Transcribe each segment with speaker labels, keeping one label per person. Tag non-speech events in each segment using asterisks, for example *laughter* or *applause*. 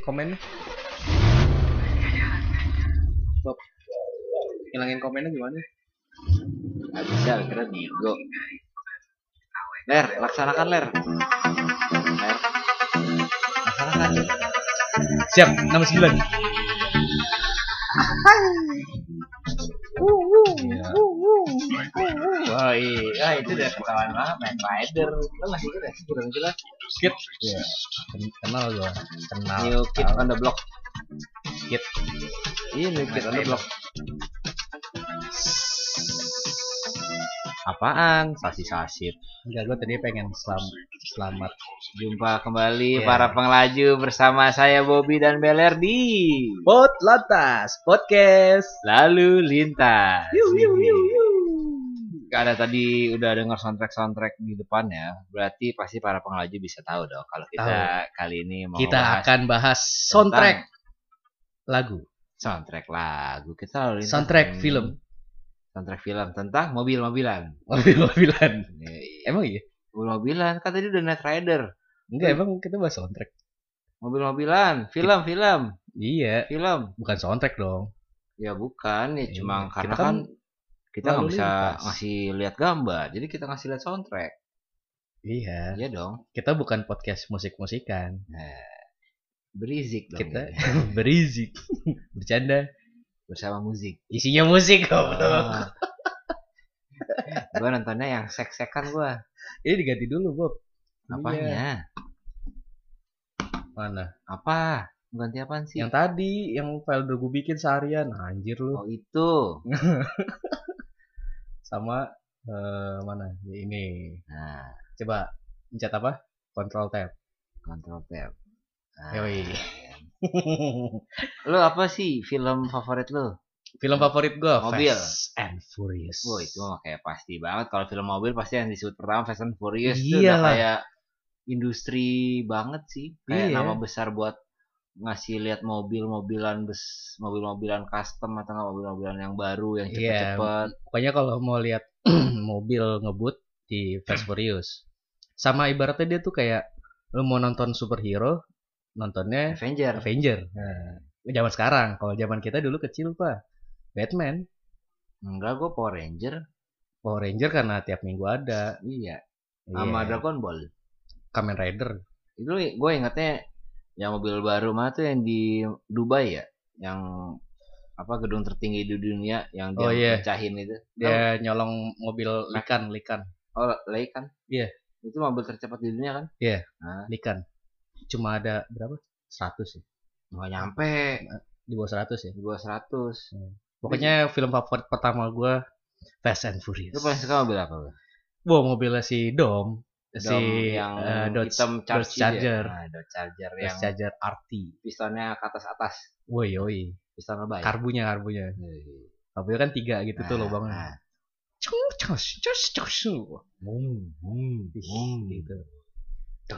Speaker 1: komen Bob hilangin komennya gimana
Speaker 2: Gak bisa, kira nego. Ler, laksanakan Ler. Ler, laksanakan.
Speaker 1: siap 69
Speaker 2: Iya.
Speaker 1: wah iya
Speaker 2: Ya itu udah ketahuan banget, main rider. Lo masih ingat sih kurang jelas.
Speaker 1: skit kenal gua kenal
Speaker 2: New Kid on the Block.
Speaker 1: skit
Speaker 2: Iya, New Kid on the Block. Apaan? Sasi sasit.
Speaker 1: enggak gua tadi pengen selam selamat
Speaker 2: Jumpa kembali
Speaker 1: Iya.
Speaker 2: para pengelaju bersama saya Bobby dan Beler di
Speaker 1: Pot Lantas Podcast
Speaker 2: Lalu Lintas.
Speaker 1: Yuh, yuh, yuh, yuh.
Speaker 2: Karena tadi udah dengar soundtrack-soundtrack di depannya, berarti pasti para pengelaju bisa tahu dong kalau kita kali ini mau
Speaker 1: kita
Speaker 2: bahas
Speaker 1: akan bahas soundtrack lagu
Speaker 2: soundtrack lagu kita lalu lintas
Speaker 1: soundtrack
Speaker 2: dengan
Speaker 1: film
Speaker 2: soundtrack film tentang mobil-mobilan
Speaker 1: mobil-mobilan
Speaker 2: Eh,
Speaker 1: emang iya
Speaker 2: mobil-mobilan kan tadi udah Night Rider
Speaker 1: enggak emang kita bahas soundtrack
Speaker 2: mobil-mobilan film film
Speaker 1: iya
Speaker 2: film
Speaker 1: bukan soundtrack dong
Speaker 2: ya bukan ya
Speaker 1: Iya,
Speaker 2: cuma
Speaker 1: kita
Speaker 2: karena
Speaker 1: kan
Speaker 2: kan kita nggak
Speaker 1: lalu
Speaker 2: bisa
Speaker 1: lintas.
Speaker 2: ngasih lihat gambar jadi kita ngasih lihat soundtrack
Speaker 1: iya
Speaker 2: iya dong
Speaker 1: kita bukan podcast musik-musikan
Speaker 2: nah, berizik dong
Speaker 1: kita
Speaker 2: ini. *laughs*
Speaker 1: berizik bercanda
Speaker 2: bersama musik
Speaker 1: isinya musik goblok.
Speaker 2: Ah. gua nontonnya yang sek-sekan gua.
Speaker 1: ini diganti dulu Bob Iya.
Speaker 2: Apanya?
Speaker 1: mana
Speaker 2: Apa? Ganti apaan sih?
Speaker 1: yang tadi yang file udah gue bikin seharian anjir lu
Speaker 2: Oh itu.
Speaker 1: sama eh, mana ini
Speaker 2: Nah,
Speaker 1: coba pencet apa control tab
Speaker 2: kontrol tab. Nah. *laughs*
Speaker 1: Yoi.
Speaker 2: Lu apa sih film favorit lu?
Speaker 1: film favorit gue
Speaker 2: Mobil.
Speaker 1: Fast and Furious
Speaker 2: Wah itu mah kayak pasti banget. Kalau film mobil pasti yang disebut pertama Fast and Furious. Itu udah
Speaker 1: Iyalah.
Speaker 2: kayak industri banget sih. Kayak
Speaker 1: Iya.
Speaker 2: nama besar buat ngasih lihat mobil-mobilan bes mobil-mobilan custom atau nggak mobil-mobilan yang baru yang
Speaker 1: Iya.
Speaker 2: cepet-cepet
Speaker 1: pokoknya kalau mau lihat *clears throat* mobil ngebut di
Speaker 2: *clears throat*
Speaker 1: Fast Furious sama ibaratnya dia tuh kayak lu mau nonton superhero nontonnya
Speaker 2: Avenger
Speaker 1: Avenger nah, zaman sekarang kalau zaman kita dulu kecil pak Batman
Speaker 2: enggak gue Power Ranger
Speaker 1: Power Ranger karena tiap minggu ada
Speaker 2: Iya, sama
Speaker 1: Iya.
Speaker 2: Dragon Ball.
Speaker 1: Kamen Rider
Speaker 2: Itu gue ingatnya yang mobil baru mana tuh yang di Dubai ya, yang apa gedung tertinggi di dunia yang dia
Speaker 1: Oh, iya.
Speaker 2: pecahin itu. Dia
Speaker 1: dia nyolong mobil likan likan
Speaker 2: oh, Lai kan?
Speaker 1: Iya.
Speaker 2: Itu mobil tercepat di dunia kan?
Speaker 1: likan cuma ada berapa 100 ya
Speaker 2: Nggak nyampe
Speaker 1: di bawah 100 ya
Speaker 2: di bawah 100.
Speaker 1: Iya. pokoknya film favorit pertama gua Fast and Furious
Speaker 2: Lu paling suka mobil apa? Lu?
Speaker 1: Wah mobilnya si Dom, si
Speaker 2: Dom
Speaker 1: yang
Speaker 2: yang
Speaker 1: Dodge,
Speaker 2: hitam
Speaker 1: Dodge
Speaker 2: Charger.
Speaker 1: Charger,
Speaker 2: Nah, Dodge Charger yang
Speaker 1: Dodge Charger RT.
Speaker 2: pistonnya ke atas-atas,
Speaker 1: Woi woi,
Speaker 2: piston lebay.
Speaker 1: karbunya karbunya. Mobilnya kan tiga gitu tuh
Speaker 2: Nah,
Speaker 1: lubangnya.
Speaker 2: nah.
Speaker 1: Cung cus cus cus. Wah,
Speaker 2: Hmm,
Speaker 1: ih,
Speaker 2: hmm, hmm.
Speaker 1: Gitu.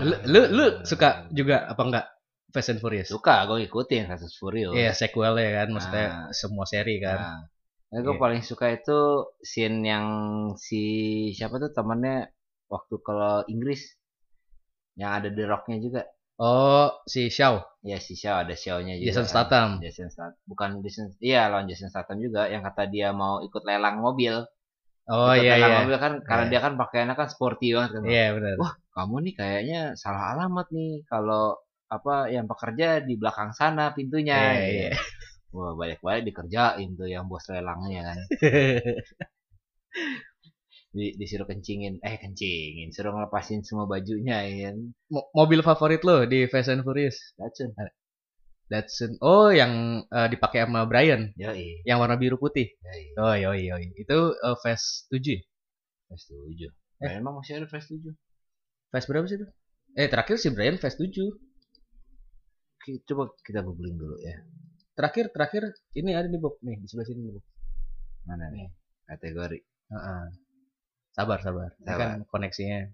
Speaker 1: Lu, lu lu suka juga apa enggak Fast and Furious?
Speaker 2: Suka, gue ngikutin Fast and Furious.
Speaker 1: Iya sequelnya kan, maksudnya semua seri kan.
Speaker 2: Nah, gue
Speaker 1: Iya.
Speaker 2: paling suka itu scene yang si siapa tuh temannya waktu kalau Inggris yang ada The Rock-nya juga.
Speaker 1: Oh si Shaw,
Speaker 2: Ya si Shaw ada Shaw-nya juga.
Speaker 1: Jason
Speaker 2: kan.
Speaker 1: Statham.
Speaker 2: Jason Statham. Bukan Jason. Iya, lawan Jason Statham juga yang kata dia mau ikut lelang mobil.
Speaker 1: Oh
Speaker 2: Ikut
Speaker 1: iya
Speaker 2: lelang
Speaker 1: iya.
Speaker 2: mobil kan karena
Speaker 1: Iya.
Speaker 2: dia kan pakaiannya kan sporty banget kan.
Speaker 1: Iya benar.
Speaker 2: Kamu nih kayaknya salah alamat nih kalau apa yang pekerja di belakang sana pintunya.
Speaker 1: Iya,
Speaker 2: gitu.
Speaker 1: iya.
Speaker 2: Wah, balik-balik dikerjain tuh yang bos lelangnya kan.
Speaker 1: iya.
Speaker 2: di, disuruh kencingin eh kencingin suruh ngelepasin semua bajunya ya kan
Speaker 1: Mo- Mobil favorit lo di Fast and Furious?
Speaker 2: racun
Speaker 1: Datsun. Oh yang eh, dipakai sama Brian,
Speaker 2: yoi
Speaker 1: yang warna biru putih.
Speaker 2: yoi
Speaker 1: Oh iya iya iya. itu eh, Fast 7 ya?
Speaker 2: Fast 7
Speaker 1: Eh.
Speaker 2: Nah, emang masih ada Fast 7
Speaker 1: Fast berapa sih itu? Eh terakhir si Brian Fast 7
Speaker 2: Ki- coba kita googling dulu ya
Speaker 1: Terakhir terakhir ini ada nih Bob nih di sebelah sini nih Bob.
Speaker 2: mana
Speaker 1: Iya.
Speaker 2: nih kategori
Speaker 1: Heeh. Sabar sabar. Ini
Speaker 2: Sabar.
Speaker 1: kan koneksinya.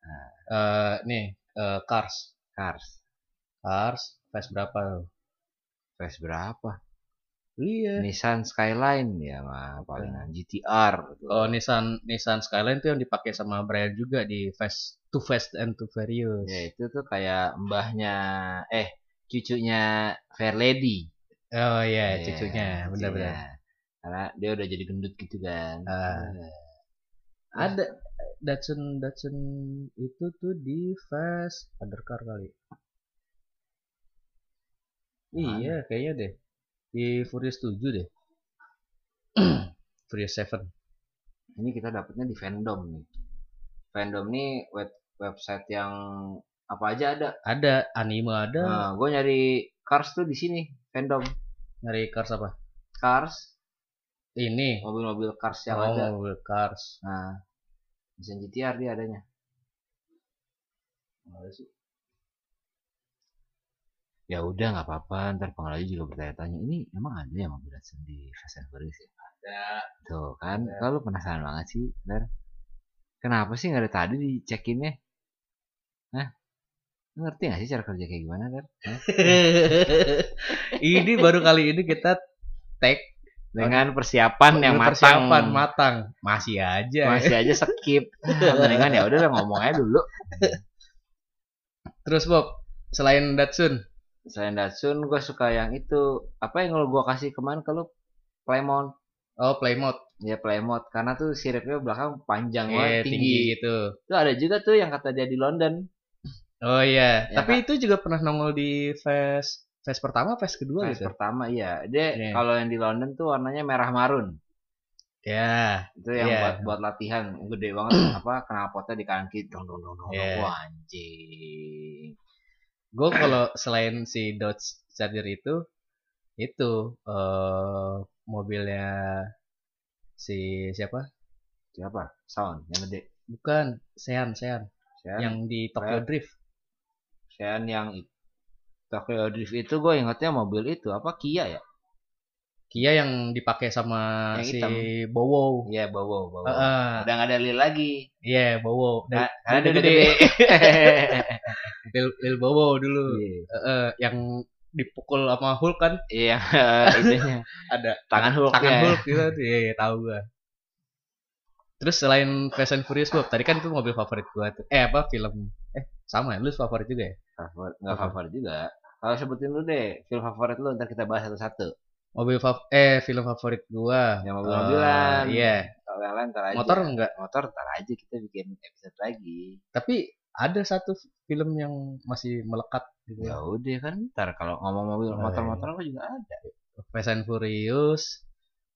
Speaker 2: Ah.
Speaker 1: Eh, nih eh, Cars
Speaker 2: Cars
Speaker 1: Cars Fast berapa?
Speaker 2: Fast berapa
Speaker 1: Iya.
Speaker 2: Nissan Skyline ya mah palingan GTR gitu.
Speaker 1: Oh Nissan Nissan Skyline tuh yang dipakai sama Brian
Speaker 2: Iya,
Speaker 1: juga di Fast Too Fast and Too Furious.
Speaker 2: ya itu tuh kayak mbahnya eh cucunya Fair Lady.
Speaker 1: Oh iya,
Speaker 2: Iya,
Speaker 1: cucunya, benar-benar.
Speaker 2: cucunya. Karena dia udah jadi gendut gitu kan.
Speaker 1: Ah. Ada Datsun Datsun itu tuh di Fast Undercar kali. Iya, kayaknya deh. Di Furious 7 deh. Furious 7.
Speaker 2: ini kita dapetnya di fandom nih. Fandom nih web website yang apa aja ada.
Speaker 1: Ada anime ada,
Speaker 2: Nah, gue nyari Cars tuh di sini, fandom
Speaker 1: nyari Cars apa?
Speaker 2: Cars,
Speaker 1: Ini.
Speaker 2: mobil-mobil Cars yang
Speaker 1: oh,
Speaker 2: ada.
Speaker 1: mobil Cars. *laughs*
Speaker 2: Nah, desain GTR dia adanya. Nggak ada sih. Ya udah nggak apa-apa, ntar pengelola juga bertanya-tanya, ini emang ada ya mobil Datsun di Fast and Furious ya?
Speaker 1: Ada.
Speaker 2: Tuh kan, kalau penasaran banget sih, ntar kenapa sih nggak ada tadi di check-innya? Hah? Lu Ngerti nggak sih cara kerja kayak gimana, ntar?
Speaker 1: ini baru kali ini kita tag
Speaker 2: Dengan persiapan Kan yang matang.
Speaker 1: persiapan matang. Masih aja. ya.
Speaker 2: Masih aja skip. Ah, Mendingan ya udah lah, ngomong aja dulu.
Speaker 1: Terus Bob, selain Datsun,
Speaker 2: Selain Datsun, gue suka yang itu. Apa yang lo gue kasih kemarin ke lu? Playmon.
Speaker 1: oh Playmode,
Speaker 2: Ya Playmon. Karena tuh siripnya belakang panjang
Speaker 1: eh,
Speaker 2: banget,
Speaker 1: tinggi.
Speaker 2: tinggi.
Speaker 1: gitu.
Speaker 2: Itu ada juga tuh yang kata dia di London.
Speaker 1: Oh iya,
Speaker 2: Ya,
Speaker 1: tapi itu juga pernah nongol di fest fest pertama, fest kedua
Speaker 2: Pas
Speaker 1: gitu.
Speaker 2: pertama, iya. Dia
Speaker 1: Iya.
Speaker 2: kalau yang di London tuh warnanya merah marun.
Speaker 1: Ya,
Speaker 2: itu yang
Speaker 1: Iya.
Speaker 2: buat buat latihan gede banget
Speaker 1: *clears throat*
Speaker 2: apa knalpotnya di kanan kiri dong dong dong dong
Speaker 1: Iya.
Speaker 2: Wah, anjing
Speaker 1: gue kalau selain si Dodge Charger itu, itu eh mobilnya si siapa?
Speaker 2: siapa sound yang gede
Speaker 1: Bukan Sean, Sean
Speaker 2: Sean yang
Speaker 1: yang di Tokyo
Speaker 2: Sean.
Speaker 1: Drift.
Speaker 2: Sean yang i- Tokyo Drift itu gue ingatnya mobil itu apa Kia ya
Speaker 1: Kia yang dipakai sama
Speaker 2: Yang
Speaker 1: si
Speaker 2: hitam.
Speaker 1: Bowo.
Speaker 2: iya bawa bawa
Speaker 1: Heeh,
Speaker 2: udah gak ada lil lagi
Speaker 1: iya Bowo.
Speaker 2: Nah,
Speaker 1: Lil-
Speaker 2: karena
Speaker 1: udah
Speaker 2: dia gede,
Speaker 1: gede. nah. Lil, Lil Bowo dulu.
Speaker 2: Iya.
Speaker 1: Heeh, yang dipukul sama Hulk kan
Speaker 2: iya *laughs* itunya
Speaker 1: ada
Speaker 2: tangan Hulk
Speaker 1: tangan Hulk gitu iya iya, tahu gua terus selain Fast and Furious Bob tadi kan itu mobil favorit gua tuh eh apa film eh sama ya lu favorit juga ya
Speaker 2: favorit nggak favorit juga kalau sebutin lu deh film favorit lu ntar kita bahas satu-satu
Speaker 1: mobil fav eh film favorit gua
Speaker 2: Yang mobil-mobilan.
Speaker 1: Eh, iya
Speaker 2: kalau yang lain ntar aja
Speaker 1: motor enggak
Speaker 2: motor ntar aja kita bikin episode lagi
Speaker 1: tapi ada satu film yang masih melekat gitu
Speaker 2: Ya udah kan ntar kalau ngomong mobil
Speaker 1: Oh,
Speaker 2: motor-motor aku juga ada.
Speaker 1: Fast and Furious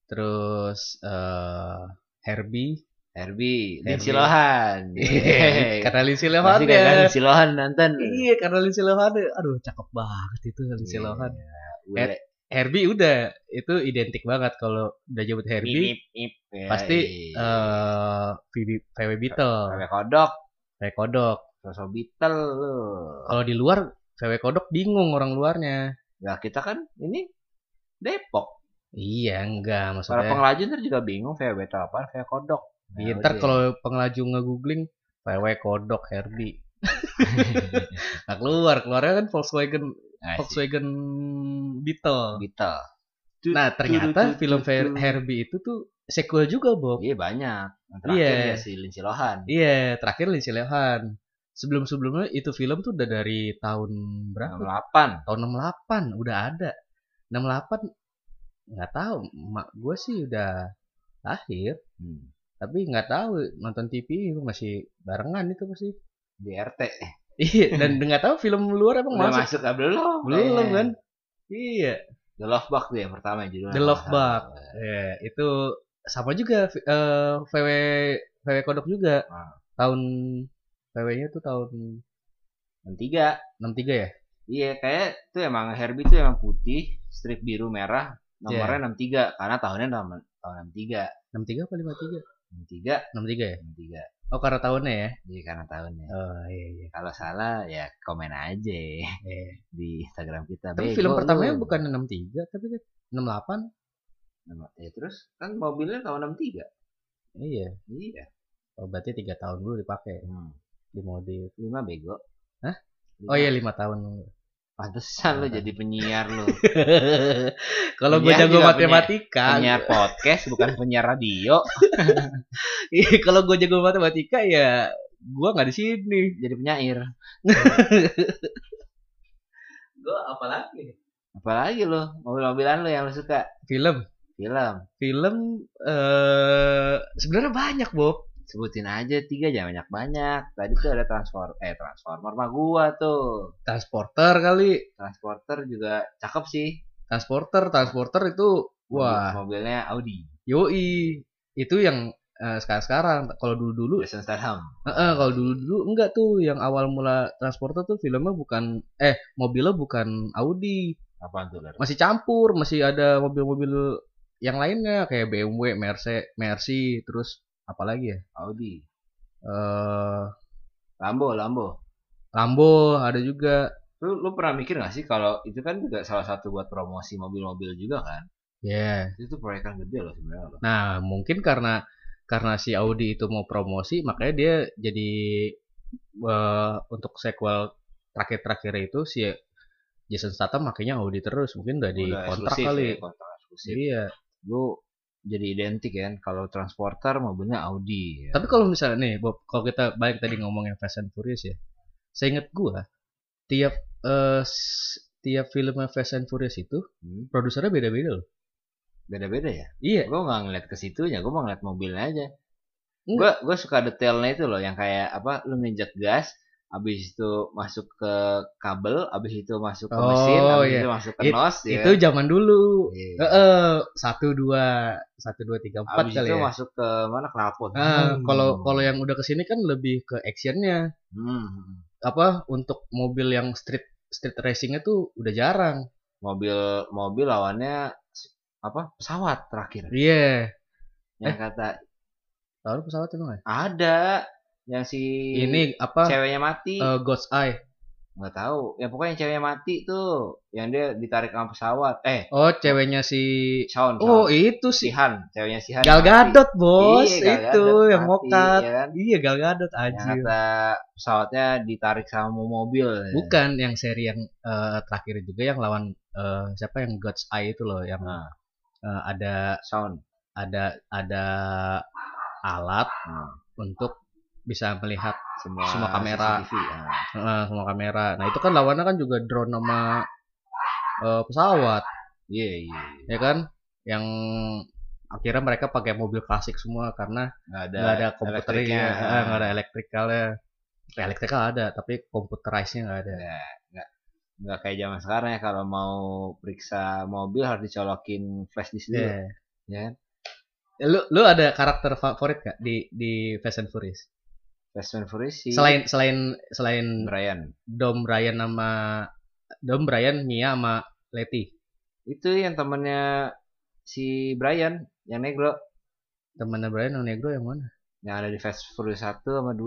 Speaker 1: terus eh Herbie
Speaker 2: Herbie, di
Speaker 1: Herbie. *laughs* Iya,
Speaker 2: Silohan. Iya.
Speaker 1: karena Lindsay Lohan
Speaker 2: Pasti kan kan
Speaker 1: ya
Speaker 2: di Silohan nonton.
Speaker 1: iya karena Lindsay Lohan aduh cakep banget itu Lindsay Lohan
Speaker 2: Hmm. Iya. Wele,
Speaker 1: Herbie udah itu identik banget kalau udah nyebut Herbie
Speaker 2: mip, mip. Ya,
Speaker 1: pasti
Speaker 2: iya.
Speaker 1: eh VB VW Beetle,
Speaker 2: VW kodok,
Speaker 1: VW Kodok.
Speaker 2: sosok Beetle lu.
Speaker 1: Kalau di luar VW Kodok bingung orang luarnya.
Speaker 2: Nah, kita kan ini Depok.
Speaker 1: Iya enggak
Speaker 2: Para
Speaker 1: maksudnya.
Speaker 2: pengelaju ntar juga bingung VW Beetle apa, VW kodok. Nah,
Speaker 1: Iya, ntar
Speaker 2: udah. *laughs*
Speaker 1: kalau *laughs* pengelaju nge-googling VW Kodok Herbie. Nah, keluar keluarnya kan Volkswagen
Speaker 2: Nah, si
Speaker 1: Volkswagen Beetle.
Speaker 2: Beetle.
Speaker 1: Nah ternyata
Speaker 2: Tut, tut,
Speaker 1: film
Speaker 2: tut, tut.
Speaker 1: Herbie itu tuh sequel juga Bob.
Speaker 2: Iya banyak. Yang Terakhir
Speaker 1: Iya.
Speaker 2: ya si Lindsay Lohan.
Speaker 1: Iya, terakhir Lindsay Lohan. Sebelum-sebelumnya itu film tuh udah dari tahun berapa?
Speaker 2: 68.
Speaker 1: Tahun 68 udah ada. 68 nggak tahu, mak gue sih udah lahir,
Speaker 2: Hmm.
Speaker 1: tapi nggak tahu nonton TV itu masih barengan itu pasti. *laughs*
Speaker 2: Di RT.
Speaker 1: Iya,
Speaker 2: *laughs*
Speaker 1: dan nggak tahu film luar emang
Speaker 2: Udah
Speaker 1: Oh, masuk.
Speaker 2: masuk nggak? belum?
Speaker 1: Belum
Speaker 2: Eh.
Speaker 1: kan? Iya,
Speaker 2: The Love Bug tuh yang pertama yang judulnya.
Speaker 1: The Love Bug. Iya, itu sama juga eh, VW VW Kodok juga.
Speaker 2: Ah.
Speaker 1: Tahun VW-nya tuh tahun
Speaker 2: Yang tiga.
Speaker 1: 63 ya?
Speaker 2: Iya, kayak tuh emang Herbie tuh emang putih, strip biru merah,
Speaker 1: Iya.
Speaker 2: nomornya 63 karena tahunnya nomor tahun 63.
Speaker 1: 63 apa 53?
Speaker 2: 63,
Speaker 1: 63 ya?
Speaker 2: 63.
Speaker 1: Oh karena tahunnya ya?
Speaker 2: Jadi karena tahunnya.
Speaker 1: Oh iya iya.
Speaker 2: Kalau salah ya komen aja ya
Speaker 1: Iya.
Speaker 2: di Instagram kita.
Speaker 1: Tapi
Speaker 2: Bego
Speaker 1: film
Speaker 2: lu.
Speaker 1: pertamanya bukan 63 tapi kan 68.
Speaker 2: Nomor- Ya terus kan mobilnya tahun 63.
Speaker 1: Iya.
Speaker 2: Iya.
Speaker 1: Oh berarti 3 tahun dulu dipakai
Speaker 2: Hmm.
Speaker 1: di modif.
Speaker 2: 5 bego.
Speaker 1: Hah?
Speaker 2: Lima.
Speaker 1: Oh iya 5 tahun.
Speaker 2: *laughs* Pantesan lu jadi penyiar
Speaker 1: *laughs*
Speaker 2: lu.
Speaker 1: Kalau gue
Speaker 2: Iya,
Speaker 1: jago
Speaker 2: juga
Speaker 1: matematika,
Speaker 2: penyiar podcast bukan penyiar radio.
Speaker 1: *laughs* Iya, kalau gue jago matematika ya *laughs* gue nggak di sini.
Speaker 2: Jadi penyair.
Speaker 3: Lo apalagi?
Speaker 2: Apalagi lo mobil-mobilan lo yang lo suka
Speaker 1: Film,
Speaker 2: film.
Speaker 1: film eh sebenarnya banyak Bob.
Speaker 2: Sebutin aja tiga jangan banyak banyak. Tadi tuh ada transform eh transformer mah gua tuh.
Speaker 1: Transporter kali,
Speaker 2: Transporter juga cakep sih.
Speaker 1: Transporter, Transporter itu wah,
Speaker 2: Mobil- Mobilnya Audi.
Speaker 1: yoi. Itu yang eh, sekarang-sekarang. Kalau dulu-dulu
Speaker 2: Jason Statham.
Speaker 1: Heeh, kalau dulu dulu enggak tuh yang awal mula transporter tuh filmnya bukan eh mobilnya bukan Audi
Speaker 2: Apaan tuh? Ler?
Speaker 1: masih campur masih ada mobil-mobil yang lainnya kayak BMW, Mercedes, Mercy terus apalagi ya
Speaker 2: Audi.
Speaker 1: eh
Speaker 2: Lambo, Lambo.
Speaker 1: Lambo ada juga
Speaker 2: Lu, lu pernah mikir gak sih kalau itu kan juga salah satu buat promosi mobil-mobil juga kan?
Speaker 1: ya
Speaker 2: Itu tuh proyekan gede loh sebenarnya loh.
Speaker 1: nah mungkin karena karena si Audi itu mau promosi makanya dia jadi eh, untuk sequel terakhir-terakhir itu si Jason Statham makanya Audi terus mungkin udah di
Speaker 2: Udah
Speaker 1: kontrak
Speaker 2: eksklusif
Speaker 1: kali
Speaker 2: ya, kontrak eksklusif.
Speaker 1: iya
Speaker 2: Lu jadi identik kan kalau transporter mobilnya Audi. ya.
Speaker 1: Tapi kalau misalnya nih, Bob, kalau kita balik tadi ngomongin Fast and Furious ya, seingat gua tiap eh, s- tiap filmnya Fast and Furious itu
Speaker 2: Hmm,
Speaker 1: produsernya beda-beda loh.
Speaker 2: beda-beda ya.
Speaker 1: Iya,
Speaker 2: Gue nggak ngeliat ke situnya, gue mau ngeliat mobilnya aja.
Speaker 1: Enggak.
Speaker 2: Gue gue suka detailnya itu loh, yang kayak apa? Lu nginjek gas, abis itu masuk ke kabel, abis itu masuk ke
Speaker 1: Oh,
Speaker 2: mesin, abis
Speaker 1: iya.
Speaker 2: itu masuk ke
Speaker 1: It-
Speaker 2: nos, ya
Speaker 1: itu
Speaker 2: kan?
Speaker 1: zaman dulu.
Speaker 2: Iya.
Speaker 1: Heeh, satu dua satu dua tiga empat
Speaker 2: abis
Speaker 1: kali
Speaker 2: itu
Speaker 1: ya.
Speaker 2: masuk ke mana knalpot.
Speaker 1: Ah,
Speaker 2: Hmm.
Speaker 1: Kalau kalau yang udah kesini kan lebih ke actionnya
Speaker 2: Hmm.
Speaker 1: apa untuk mobil yang street street racingnya tuh udah jarang.
Speaker 2: mobil mobil lawannya s- apa pesawat terakhir
Speaker 1: Iya,
Speaker 2: yang kata
Speaker 1: Tahu pesawat emang ya?
Speaker 2: ada yang si
Speaker 1: Ini apa?
Speaker 2: ceweknya mati
Speaker 1: eh, God's Eye.
Speaker 2: nggak tahu ya pokoknya yang ceweknya mati tuh yang dia ditarik sama pesawat eh
Speaker 1: Oh, ceweknya si
Speaker 2: Shawn
Speaker 1: Oh,
Speaker 2: Shawn.
Speaker 1: itu sih
Speaker 2: Sihan ceweknya Sihan
Speaker 1: Gal
Speaker 2: Kan mati.
Speaker 1: Gadot bos
Speaker 2: Iya, Gal
Speaker 1: itu
Speaker 2: Gadot
Speaker 1: yang
Speaker 2: mati,
Speaker 1: mokat
Speaker 2: ya kan?
Speaker 1: iya Gal Gadot
Speaker 2: yang
Speaker 1: aja
Speaker 2: kata pesawatnya ditarik sama mobil
Speaker 1: bukan yang seri yang eh, terakhir juga yang lawan eh, siapa yang God's Eye itu loh yang
Speaker 2: Nah.
Speaker 1: eh, ada
Speaker 2: sound
Speaker 1: ada ada alat
Speaker 2: Hmm.
Speaker 1: untuk bisa melihat
Speaker 2: semua,
Speaker 1: Semua kamera.
Speaker 2: CCTV, nah.
Speaker 1: eh, semua kamera nah itu kan lawannya kan juga drone sama eh, pesawat
Speaker 2: iya iya iya.
Speaker 1: ya kan yang akhirnya mereka pakai mobil klasik semua karena
Speaker 2: nggak ada
Speaker 1: nggak ada komputernya
Speaker 2: elektriknya. ah.
Speaker 1: eh, nggak ada elektrikalnya ya, elektrikal ada tapi komputerisnya nggak ada
Speaker 2: Ya, nggak nggak kayak zaman sekarang ya kalau mau periksa mobil harus dicolokin flash disk dulu
Speaker 1: Iya.
Speaker 2: ya kan?
Speaker 1: Eh, lu lu ada karakter favorit gak di di Fast and Furious
Speaker 2: Fast and Furious si
Speaker 1: selain selain selain
Speaker 2: Brian
Speaker 1: Dom Ryan sama Dom Ryan Mia sama Letty
Speaker 2: itu yang temennya si Brian yang negro
Speaker 1: temannya Brian yang negro yang mana
Speaker 2: yang ada di Fast Furious 1 sama 2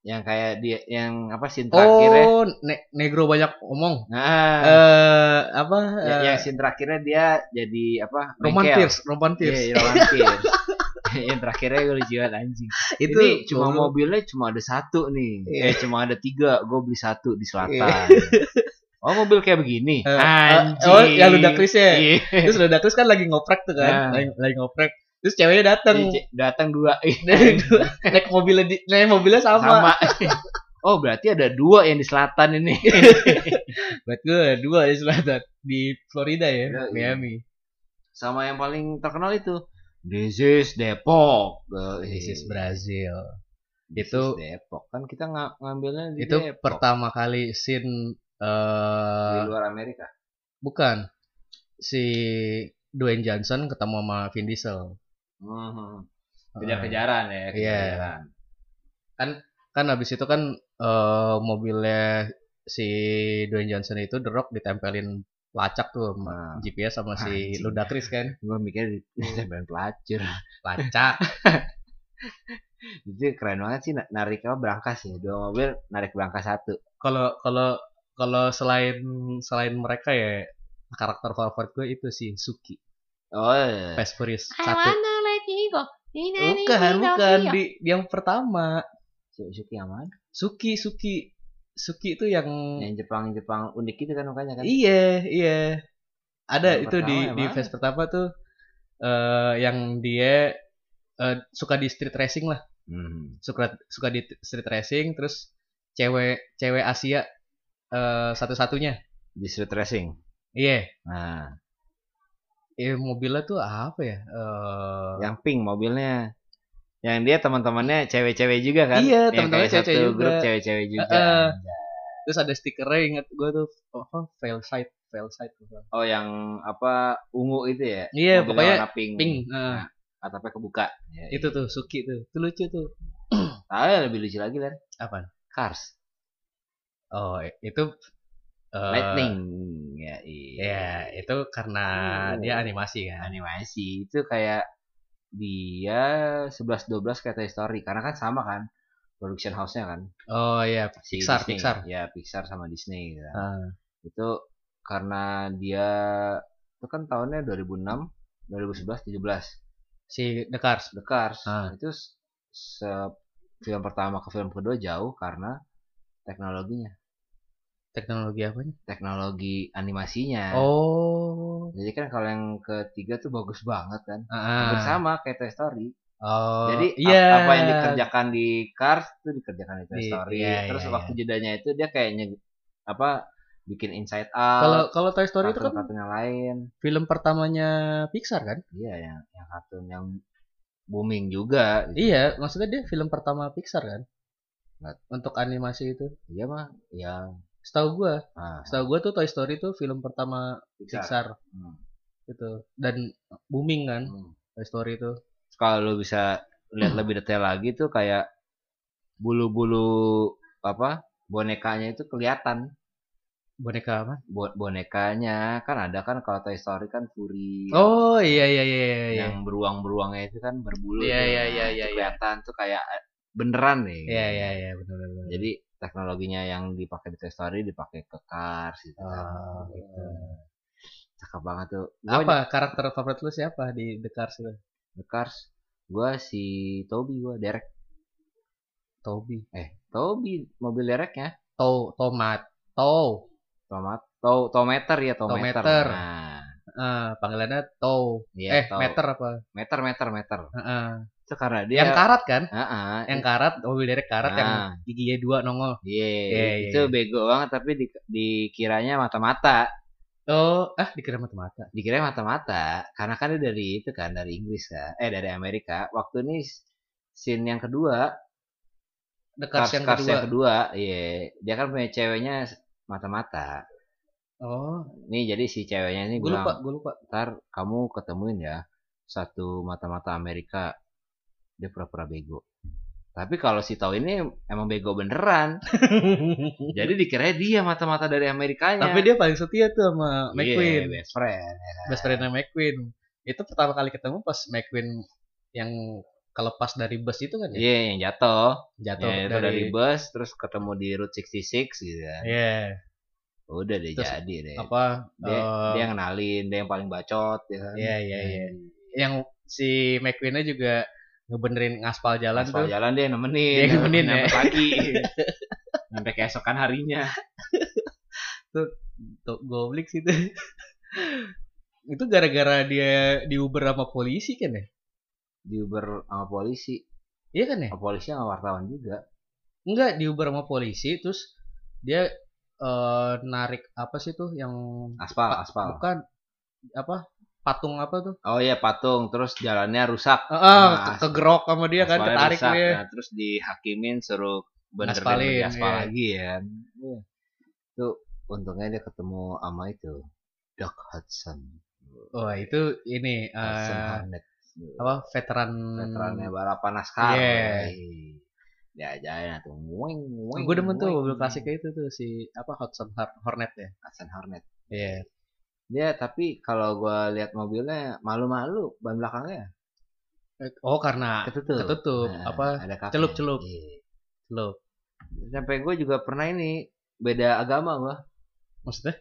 Speaker 2: yang kayak dia yang apa scene terakhirnya
Speaker 1: oh ne- negro banyak omong eh
Speaker 2: nah
Speaker 1: apa
Speaker 2: ya-
Speaker 1: eh,
Speaker 2: yang scene terakhirnya dia jadi apa
Speaker 1: Roman
Speaker 2: bengkel.
Speaker 1: Pierce Roman
Speaker 2: Iya,
Speaker 1: Pierce *laughs*
Speaker 2: iya, Roman Pierce *laughs* yang terakhirnya gue jiwat anjing
Speaker 1: itu
Speaker 2: Ini cuma
Speaker 1: goblok.
Speaker 2: mobilnya cuma ada satu nih.
Speaker 1: Iya.
Speaker 2: Eh cuma ada tiga. Gue beli satu di selatan.
Speaker 1: Iya.
Speaker 2: Oh mobil kayak begini.
Speaker 1: Eh,
Speaker 2: Anjing.
Speaker 1: oh yang ludah Chris ya
Speaker 2: Iya.
Speaker 1: *laughs* terus udah terus kan lagi ngoprek tuh kan
Speaker 2: Nah.
Speaker 1: lagi, lagi ngoprek terus ceweknya *laughs* datang
Speaker 2: Iya, Datang dua. *laughs*
Speaker 1: naik naik mobilnya di, naik mobilnya sama.
Speaker 2: Sama. *laughs* Oh berarti ada dua yang di selatan
Speaker 1: *laughs*
Speaker 2: ini.
Speaker 1: Buat gue dua di selatan di Florida ya,
Speaker 2: Iya, iya.
Speaker 1: Miami.
Speaker 2: Sama yang paling terkenal itu. This is Depok. Eh,
Speaker 1: This is Brazil.
Speaker 2: This is
Speaker 1: Itu-
Speaker 2: Depok kan kita nga- ngambilnya di
Speaker 1: Itu
Speaker 2: Depok.
Speaker 1: pertama kali scene
Speaker 2: di
Speaker 1: eh
Speaker 2: luar Amerika.
Speaker 1: bukan si Dwayne Johnson ketemu sama Vin Diesel.
Speaker 2: Hmm. Kejar-kejaran ya.
Speaker 1: Iya.
Speaker 2: kejar-kejaran.
Speaker 1: Kan habis itu kan eh mobilnya si Dwayne Johnson itu The Rock ditempelin lacak tuh sama
Speaker 2: Nah,
Speaker 1: GPS sama si
Speaker 2: Anjing.
Speaker 1: Ludacris kan.
Speaker 2: gue mikir di *laughs* tempat pelacur. *laughs*
Speaker 1: Lacak.
Speaker 2: Jadi keren banget sih na- narik apa berangkas ya dua mobil narik berangkas satu.
Speaker 1: Kalau kalau kalau selain selain mereka ya karakter favorit gue itu si Suki.
Speaker 2: Oh iya.
Speaker 1: Fast Furious
Speaker 4: I
Speaker 1: satu.
Speaker 4: wanna let you go. Ini
Speaker 1: Bukan, bukan di di yang pertama.
Speaker 2: Su- Suki yang mana?
Speaker 1: Suki, Suki, Suki itu yang
Speaker 2: Yang Jepang Jepang unik gitu kan mukanya kan?
Speaker 1: iya iya. Ada
Speaker 2: Yang
Speaker 1: itu di
Speaker 2: pertama ya, yang
Speaker 1: di
Speaker 2: mana?
Speaker 1: Fast pertama tuh eh yang dia eh, suka di street racing lah,
Speaker 2: Hmm.
Speaker 1: suka suka di street racing, terus cewek cewek Asia eh satu-satunya
Speaker 2: di street racing.
Speaker 1: Iya,
Speaker 2: Nah,
Speaker 1: eh, mobilnya tuh apa ya? Eh,
Speaker 2: yang pink mobilnya. Yang dia teman-temannya cewek-cewek juga kan?
Speaker 1: Iya,
Speaker 2: Yang
Speaker 1: teman-temannya
Speaker 2: kayak
Speaker 1: cewek-cewek
Speaker 2: satu
Speaker 1: juga.
Speaker 2: grup cewek-cewek juga.
Speaker 1: Heeh. terus ada stikernya inget gue tuh apa fail site fail site gitu.
Speaker 2: Oh, yang apa ungu itu ya?
Speaker 1: Iya,
Speaker 2: Mobilnya
Speaker 1: pokoknya
Speaker 2: warna pink.
Speaker 1: pink Iya. eh,
Speaker 2: Atapnya kebuka. Ya,
Speaker 1: itu tuh Suki tuh itu lucu tuh
Speaker 2: Ah, yang lebih lucu lagi kan?
Speaker 1: Apaan?
Speaker 2: Cars.
Speaker 1: oh itu eh,
Speaker 2: Lightning. Ya, iya.
Speaker 1: ya itu karena
Speaker 2: Oh.
Speaker 1: dia animasi kan
Speaker 2: animasi itu kayak dia 11 12 kayak Toy Story karena kan sama kan production house-nya kan
Speaker 1: oh ya
Speaker 2: si
Speaker 1: Pixar,
Speaker 2: Disney.
Speaker 1: Pixar.
Speaker 2: ya Pixar sama Disney gitu kan.
Speaker 1: Ah.
Speaker 2: itu karena dia itu kan tahunnya 2006 2011 17
Speaker 1: si The Cars
Speaker 2: The Cars Nah,
Speaker 1: Ah.
Speaker 2: itu s- se- film pertama ke film kedua jauh karena teknologinya
Speaker 1: teknologi apanya
Speaker 2: teknologi animasinya
Speaker 1: oh
Speaker 2: jadi kan kalau yang ketiga tuh bagus banget kan Hampir
Speaker 1: ah.
Speaker 2: sama kayak Toy Story
Speaker 1: oh
Speaker 2: Jadi ap-
Speaker 1: iya.
Speaker 2: apa yang dikerjakan di Cars itu dikerjakan di Toy
Speaker 1: Di-
Speaker 2: Story.
Speaker 1: iya,
Speaker 2: Terus
Speaker 1: iya,
Speaker 2: waktu jedanya itu dia kayaknya apa bikin Inside Out.
Speaker 1: kalau kalau Toy Story itu kan
Speaker 2: kartun-kartun yang lain.
Speaker 1: film pertamanya Pixar kan
Speaker 2: Iya yang yang kartun yang booming juga. gitu.
Speaker 1: iya maksudnya dia film pertama Pixar kan
Speaker 2: Nah.
Speaker 1: untuk animasi itu
Speaker 2: Iya mah. Iya.
Speaker 1: setahu gua
Speaker 2: Ah,
Speaker 1: setahu gua tuh Toy Story tuh film pertama Pixar
Speaker 2: Hmm,
Speaker 1: gitu dan booming kan
Speaker 2: hmm.
Speaker 1: Toy Story itu
Speaker 2: Terus Kalau lu bisa
Speaker 1: *clears throat*
Speaker 2: lihat lebih detail lagi tuh kayak bulu-bulu apa bonekanya itu kelihatan
Speaker 1: boneka apa?
Speaker 2: Bo- bonekanya kan ada kan kalau Toy Story kan Fury
Speaker 1: Oh iya iya iya iya, iya.
Speaker 2: yang beruang-beruangnya itu kan berbulu
Speaker 1: Iya, iya,
Speaker 2: tuh. Nah,
Speaker 1: iya,
Speaker 2: itu
Speaker 1: iya, iya.
Speaker 2: kelihatan tuh kayak eh, beneran nih
Speaker 1: Iya iya iya benar benar.
Speaker 2: jadi teknologinya yang dipakai di Toy Story dipakai ke Cars gitu kan.
Speaker 1: Oh,
Speaker 2: Gitu. cakep banget tuh Gua
Speaker 1: Apa karakter favorit lu siapa di The Cars itu?
Speaker 2: di Cars gua si Toby gua Derek
Speaker 1: Toby.
Speaker 2: eh Toby mobil Dereknya
Speaker 1: To tomat. To.
Speaker 2: tomat to tometer ya tometer
Speaker 1: Tometer.
Speaker 2: nah
Speaker 1: Eh, panggilannya To.
Speaker 2: iya,
Speaker 1: eh
Speaker 2: to-
Speaker 1: meter apa?
Speaker 2: meter meter meter
Speaker 1: Heeh.
Speaker 2: itu karena dia
Speaker 1: Yang karat kan?
Speaker 2: Heeh.
Speaker 1: Yang karat mobil derek karat yang
Speaker 2: Iya. Nah.
Speaker 1: giginya dua nongol.
Speaker 2: Iya,
Speaker 1: Iya, iya,
Speaker 2: itu
Speaker 1: iya.
Speaker 2: bego banget tapi di, dikiranya mata-mata.
Speaker 1: Oh ah dikira mata-mata.
Speaker 2: dikira mata-mata karena kan dia dari itu kan dari Inggris kan eh dari Amerika waktu ini scene yang kedua
Speaker 1: The Cars,
Speaker 2: Cars,
Speaker 1: yang
Speaker 2: Cars
Speaker 1: kedua.
Speaker 2: yang kedua iya dia kan punya ceweknya mata-mata
Speaker 1: Oh
Speaker 2: nih jadi si ceweknya ini
Speaker 1: gue
Speaker 2: bilang
Speaker 1: lupa gue lupa.
Speaker 2: ntar kamu ketemuin ya satu mata-mata Amerika dia pura-pura bego tapi kalau si tau ini emang
Speaker 1: *laughs*
Speaker 2: bego beneran jadi dikira dia mata-mata dari Amerikanya
Speaker 1: *laughs* Tapi dia paling setia tuh sama McQueen.
Speaker 2: Iya, best friend
Speaker 1: best friendnya McQueen itu pertama kali ketemu pas McQueen yang kelepas dari bus itu kan ya
Speaker 2: iya yang jatuh
Speaker 1: jatuh
Speaker 2: Ya, itu dari
Speaker 1: dari,
Speaker 2: bus terus ketemu di Route 66 gitu kan.
Speaker 1: Iya,
Speaker 2: Udah deh
Speaker 1: Terus
Speaker 2: jadi deh.
Speaker 1: apa
Speaker 2: Dia,
Speaker 1: eh,
Speaker 2: dia yang kenalin, dia yang paling bacot ya kan.
Speaker 1: Iya, iya, iya. yang si McQueennya juga ngebenerin ngaspal jalan
Speaker 2: Pas
Speaker 1: tuh
Speaker 2: jalan dia yang nemenin.
Speaker 1: Dia yang nemenin, ya. *laughs*
Speaker 2: sampai pagi. sampai keesokan harinya.
Speaker 1: tuh goblik sih tuh *laughs* itu gara-gara dia diuber sama polisi kan ya
Speaker 2: Diuber sama polisi.
Speaker 1: iya kan ya
Speaker 2: Sama polisi sama wartawan juga.
Speaker 1: enggak diuber sama polisi terus dia eh, narik apa sih tuh yang
Speaker 2: Aspal,
Speaker 1: Pa-
Speaker 2: aspal.
Speaker 1: bukan apa patung apa tuh
Speaker 2: Oh iya patung, terus jalannya rusak.
Speaker 1: Heeh,
Speaker 2: Nah,
Speaker 1: ke- kegerok sama dia kan,
Speaker 2: Aspalnya
Speaker 1: ketarik
Speaker 2: rusak.
Speaker 1: dia.
Speaker 2: Nah, terus dihakimin suruh benerin
Speaker 1: Ngaspalin,
Speaker 2: beli aspal
Speaker 1: iya.
Speaker 2: lagi ya kan. Iya. Itu untungnya dia ketemu sama itu. Doc Hudson.
Speaker 1: Wah, itu ini eh,
Speaker 2: Hudson Hornet.
Speaker 1: apa veteran
Speaker 2: Veterannya balapan NASCAR.
Speaker 1: Iya.
Speaker 2: Dia ajarin atau wing wing.
Speaker 1: Gue demen tuh
Speaker 2: wing.
Speaker 1: mobil klasiknya itu tuh si apa Hudson Hor- Hornet ya.
Speaker 2: Hudson Hornet.
Speaker 1: Iya.
Speaker 2: Dia tapi kalau gua lihat mobilnya malu-malu ban belakangnya
Speaker 1: Oh, karena
Speaker 2: ketutup.
Speaker 1: ketutup, apa,
Speaker 2: ada kafe.
Speaker 1: celup-celup.
Speaker 2: Iya.
Speaker 1: lo
Speaker 2: Sampai gua juga pernah ini beda agama gua.
Speaker 1: maksudnya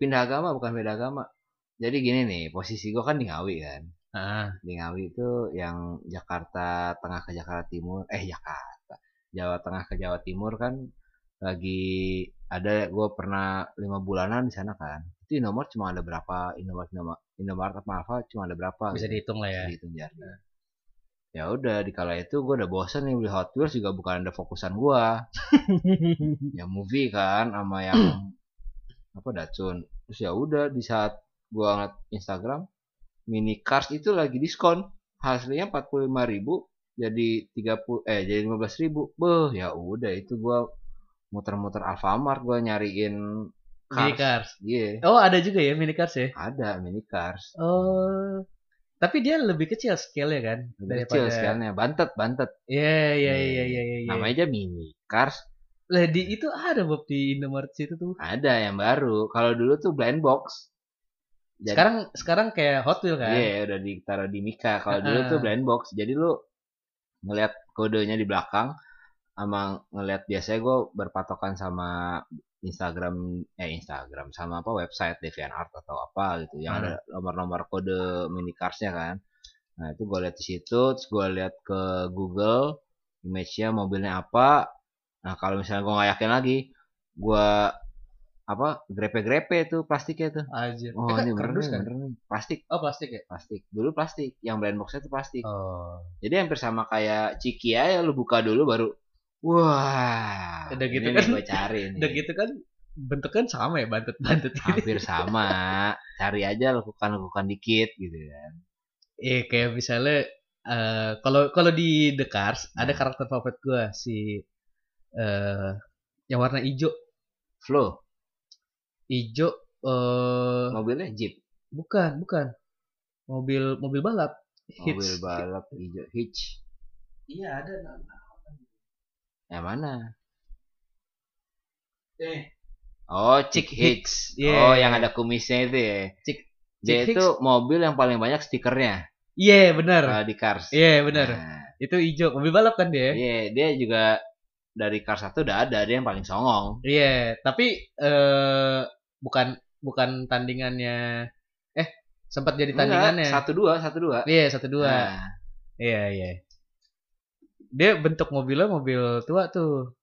Speaker 2: Pindah agama bukan beda agama. Jadi gini nih, posisi gua kan di Ngawi kan.
Speaker 1: ah,
Speaker 2: Di Ngawi itu yang Jakarta Tengah ke Jakarta Timur, eh Jakarta, Jawa Tengah ke Jawa Timur kan lagi ada gue pernah lima bulanan di sana kan. Itu nomor cuma ada berapa Indomaret Indomaret, Indomaret sama Alfa cuma ada berapa?
Speaker 1: bisa
Speaker 2: gitu.
Speaker 1: dihitung lah
Speaker 2: Bisa *laughs*
Speaker 1: ya.
Speaker 2: dihitung jari. Ya udah di kala itu gue udah bosen nih beli Hot Wheels juga bukan ada fokusan gue. ya movie kan sama yang apa Datsun terus ya udah di saat gua ngeliat Instagram mini cars itu lagi diskon hasilnya 45.000 jadi 30 eh jadi 15.000 beh ya udah itu gua muter-muter Alfamart gua nyariin
Speaker 1: Mini
Speaker 2: cars
Speaker 1: cars.
Speaker 2: iya
Speaker 1: Oh ada juga ya mini cars ya.
Speaker 2: ada mini cars
Speaker 1: Oh. Tapi dia lebih kecil scale-nya kan
Speaker 2: Lebih kecil sekarang bantet bantet
Speaker 1: Iya iya iya iya iya. iya.
Speaker 2: Hmm. namanya aja mini cars
Speaker 1: Lah di itu ada Bob di Indomaret situ tuh.
Speaker 2: ada yang baru kalau dulu tuh blind box Jadi-
Speaker 1: Sekarang sekarang kayak Hot Wheels kan.
Speaker 2: Iya, udah ditaruh di Mika. Kalau dulu
Speaker 1: Heeh.
Speaker 2: tuh blind box. Jadi lu ngelihat kodenya di belakang sama ngelihat biasanya gue berpatokan sama Instagram eh Instagram sama apa website DeviantArt atau apa gitu yang
Speaker 1: Hmm.
Speaker 2: ada nomor-nomor kode mini cars-nya kan. Nah, itu gue lihat di situ, terus gue lihat ke Google image-nya mobilnya apa. Nah, kalau misalnya gue nggak yakin lagi, gue apa grepe-grepe tuh plastiknya tuh.
Speaker 1: Anjir.
Speaker 2: Oh,
Speaker 1: Eh, kan
Speaker 2: ini bener
Speaker 1: kardus
Speaker 2: nih,
Speaker 1: kan?
Speaker 2: bener nih. Plastik
Speaker 1: Oh plastik ya.
Speaker 2: plastik dulu plastik yang blind boxnya itu plastik
Speaker 1: Oh.
Speaker 2: jadi hampir sama kayak ciki aja lu buka dulu baru wah
Speaker 1: Udah gitu
Speaker 2: ini
Speaker 1: kan?
Speaker 2: gue
Speaker 1: *laughs*
Speaker 2: cari nih
Speaker 1: Dan gitu kan bentuknya kan sama ya bantet-bantet gitu.
Speaker 2: hampir iya. sama cari aja lakukan lakukan dikit gitu kan
Speaker 1: Iya kayak misalnya eh, kalau kalau di The Cars ada
Speaker 2: Hmm.
Speaker 1: karakter favorit gue si eh yang warna hijau
Speaker 2: flow
Speaker 1: hijau eh
Speaker 2: mobilnya jeep
Speaker 1: bukan bukan mobil mobil balap
Speaker 2: mobil
Speaker 1: Hits.
Speaker 2: balap hijau hitch
Speaker 1: iya ada
Speaker 2: yang mana
Speaker 1: eh
Speaker 2: oh chick
Speaker 1: Chick
Speaker 2: hitch
Speaker 1: Hicks. Yeah.
Speaker 2: oh yang ada kumisnya itu ya
Speaker 1: Chick-
Speaker 2: dia
Speaker 1: Chick
Speaker 2: itu mobil yang paling banyak stikernya
Speaker 1: iya benar
Speaker 2: kalau di cars
Speaker 1: iya benar
Speaker 2: Nah,
Speaker 1: itu hijau mobil balap kan dia iya
Speaker 2: iya, dia juga dari cars satu udah ada dia yang paling songong
Speaker 1: Iya, tapi eh bukan bukan tandingannya eh sempat jadi tandingannya
Speaker 2: satu dua satu dua
Speaker 1: iya satu dua
Speaker 2: Nah,
Speaker 1: Iya iya. Dia bentuk mobilnya mobil tua tuh.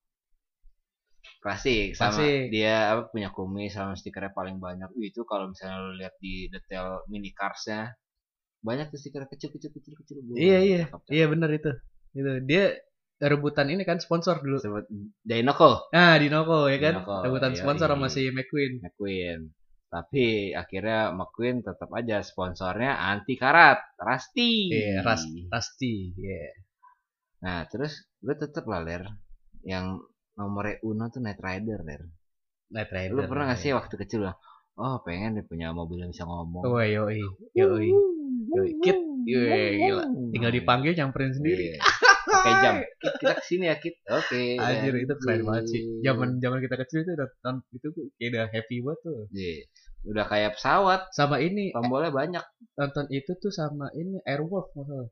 Speaker 2: klasik sama
Speaker 1: Klasik.
Speaker 2: dia apa punya kumis sama stikernya paling banyak Wih, itu kalau misalnya lu lihat di detail mini carsnya banyak tuh stiker kecil kecil kecil kecil Wah,
Speaker 1: Iya, iya.
Speaker 2: cakep, cakep.
Speaker 1: Iya bener itu. Itu dia rebutan ini kan sponsor dulu.
Speaker 2: Sebut Dainoco
Speaker 1: Nah, Dinoco ya kan.
Speaker 2: Dinoco,
Speaker 1: rebutan
Speaker 2: iya,
Speaker 1: sponsor
Speaker 2: iya.
Speaker 1: sama si McQueen.
Speaker 2: McQueen tapi akhirnya McQueen tetap aja sponsornya anti karat Rasti
Speaker 1: Iya, Ras- Pasti, iya.
Speaker 2: nah terus gue tetep lah ler yang nomornya Uno tuh Night Rider ler
Speaker 1: Knight Rider. iya.
Speaker 2: lu pernah gak sih waktu kecil lah oh pengen deh punya mobil yang bisa ngomong
Speaker 1: Wah, Oh, yoi. Yoi. Yoi. Kit, yoi, gila. Tinggal dipanggil nyamperin sendiri.
Speaker 2: Iya. Pakai jam. Kit, kita kesini ya Kit. Oke. Gitu.
Speaker 1: Anjir, itu keren banget sih.
Speaker 2: Anjir.
Speaker 1: Zaman zaman kita kecil itu udah tahun- itu kayak udah happy banget tuh.
Speaker 2: Iya. Udah kayak pesawat,
Speaker 1: Sama ini
Speaker 2: tombolnya banyak.
Speaker 1: nonton itu tuh sama ini Airwolf masalah.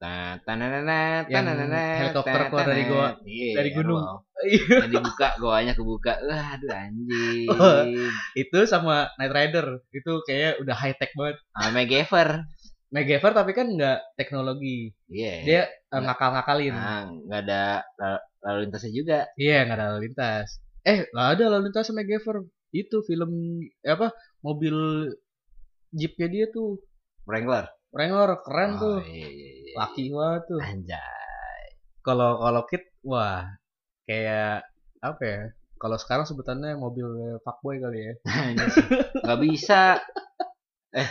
Speaker 2: Nah, tanenenet,
Speaker 1: Yang
Speaker 2: tanenenet,
Speaker 1: helikopter keluar dari
Speaker 2: tanenenet.
Speaker 1: goa-
Speaker 2: Iya,
Speaker 1: dari gunung.
Speaker 2: wow.
Speaker 1: Iya.
Speaker 2: Yang dibuka goanya kebuka. Wah, aduh
Speaker 1: *laughs*
Speaker 2: anjing.
Speaker 1: Wah. *laughs* itu sama Knight Rider itu kayak udah high tech banget
Speaker 2: Sama MacGyver.
Speaker 1: MacGyver tapi kan nggak teknologi
Speaker 2: Iya.
Speaker 1: dia eh, ngakal-ngakalin iya
Speaker 2: Nah, nggak ada la- lalu lintasnya juga.
Speaker 1: nggak ada lalu lintas eh nggak ada lalu lintas sama MacGyver itu film eh, apa mobil jeepnya dia tuh
Speaker 2: Wrangler.
Speaker 1: Wrangler keren
Speaker 2: Oh,
Speaker 1: Kan tuh
Speaker 2: Iya, iya, iya.
Speaker 1: laki banget tuh
Speaker 2: Anjay.
Speaker 1: kalau kalau kit wah kayak apa ya kalau sekarang sebutannya mobil fuckboy kali ya
Speaker 2: Nah,
Speaker 1: *laughs*
Speaker 2: nggak bisa eh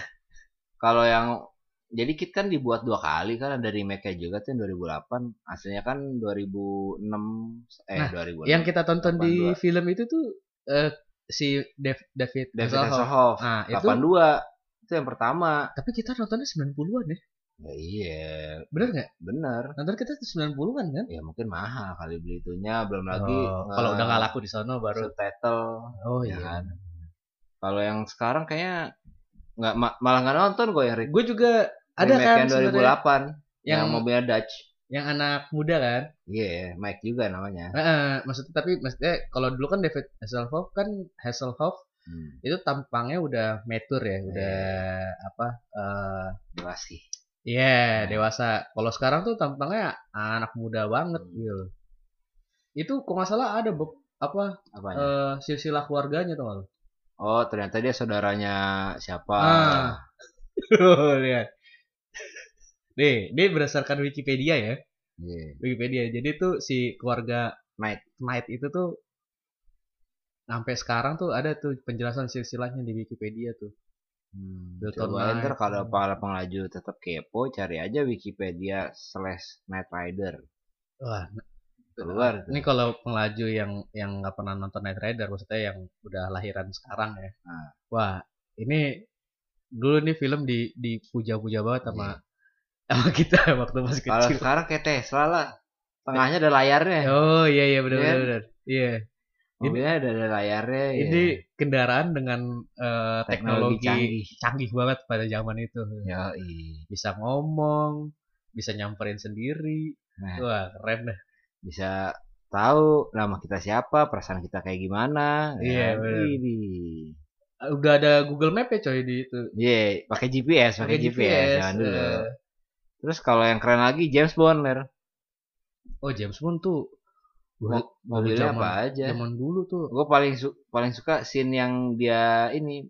Speaker 2: kalau yang jadi kit kan dibuat dua kali kan ada remake-nya juga tuh yang 2008 aslinya kan 2006 eh
Speaker 1: Nah,
Speaker 2: 2006
Speaker 1: yang kita tonton di
Speaker 2: 82.
Speaker 1: film itu tuh eh, si Dev- David
Speaker 2: David
Speaker 1: Hasselhoff.
Speaker 2: Hasselhoff
Speaker 1: nah itu
Speaker 2: 82 itu yang pertama
Speaker 1: tapi kita nontonnya 90-an ya
Speaker 2: ya, iya
Speaker 1: bener nggak
Speaker 2: bener
Speaker 1: nonton kita tuh 90-an kan
Speaker 2: ya mungkin mahal kali beli itunya belum lagi
Speaker 1: Oh, kalau udah nggak laku di sono baru
Speaker 2: subtitle
Speaker 1: oh
Speaker 2: ya kan kalau yang sekarang kayaknya nggak ma- malah nggak nonton ya, gue yang remake
Speaker 1: gue juga ada kan
Speaker 2: yang
Speaker 1: sebenarnya
Speaker 2: 2008 yang,
Speaker 1: yang
Speaker 2: mobilnya Dutch
Speaker 1: yang anak muda kan
Speaker 2: Iya, Mike juga namanya.
Speaker 1: Nah, eh, maksudnya tapi maksudnya kalau dulu kan David Hasselhoff kan Hasselhoff
Speaker 2: Hmm.
Speaker 1: itu tampangnya udah mature ya udah apa eh,
Speaker 2: Jelas sih.
Speaker 1: Iya, dewasa. Kalau sekarang tuh tampangnya anak muda banget
Speaker 2: Hmm.
Speaker 1: gitu. Itu kok nggak salah ada Bob, apa
Speaker 2: Apanya?
Speaker 1: eh, silsilah keluarganya tuh
Speaker 2: *laughs*
Speaker 1: lu.
Speaker 2: oh, ternyata dia saudaranya siapa?
Speaker 1: Ah. Lihat. Iya. Nih, ini berdasarkan Wikipedia ya.
Speaker 2: Iya.
Speaker 1: Wikipedia. Jadi tuh si keluarga
Speaker 2: Knight.
Speaker 1: Knight itu tuh sampai sekarang tuh ada tuh penjelasan silsilahnya di Wikipedia tuh.
Speaker 2: Hmm,
Speaker 1: Bilton
Speaker 2: coba
Speaker 1: Knight.
Speaker 2: ntar kalau para penglaju tetap kepo, cari aja Wikipedia slash Night Rider.
Speaker 1: Wah,
Speaker 2: Keluar. tuh.
Speaker 1: ini kalau penglaju yang yang nggak pernah nonton Night Rider maksudnya yang udah lahiran sekarang ya.
Speaker 2: Ah.
Speaker 1: Wah, ini dulu nih film di dipuja-puja banget sama
Speaker 2: Iya.
Speaker 1: sama kita *laughs* waktu masih
Speaker 2: Kalau
Speaker 1: kecil.
Speaker 2: sekarang kayak Tesla lah. Tengahnya ada layarnya.
Speaker 1: Oh iya iya benar
Speaker 2: Iya
Speaker 1: benar.
Speaker 2: kan?
Speaker 1: benar. Iya.
Speaker 2: Mobilnya ada, ada layarnya. ya.
Speaker 1: Ini kendaraan dengan eh, teknologi,
Speaker 2: canggih.
Speaker 1: canggih banget pada zaman itu.
Speaker 2: Yoi.
Speaker 1: Bisa ngomong, bisa nyamperin sendiri.
Speaker 2: Nah.
Speaker 1: Wah, keren dah.
Speaker 2: Bisa tahu nama kita siapa, perasaan kita kayak gimana.
Speaker 1: Iya,
Speaker 2: kan?
Speaker 1: bener.
Speaker 2: Ini.
Speaker 1: Udah ada Google Map ya coy di itu.
Speaker 2: Iya, pakai GPS, pakai
Speaker 1: Pakai
Speaker 2: GPS, jangan dulu.
Speaker 1: eh.
Speaker 2: Terus kalau yang keren lagi James Bond, Ler.
Speaker 1: Oh, James Bond tuh
Speaker 2: Mo-
Speaker 1: dulu
Speaker 2: Mobilnya
Speaker 1: zaman-
Speaker 2: apa aja?
Speaker 1: Zaman dulu tuh.
Speaker 2: gue paling su- paling suka scene yang dia ini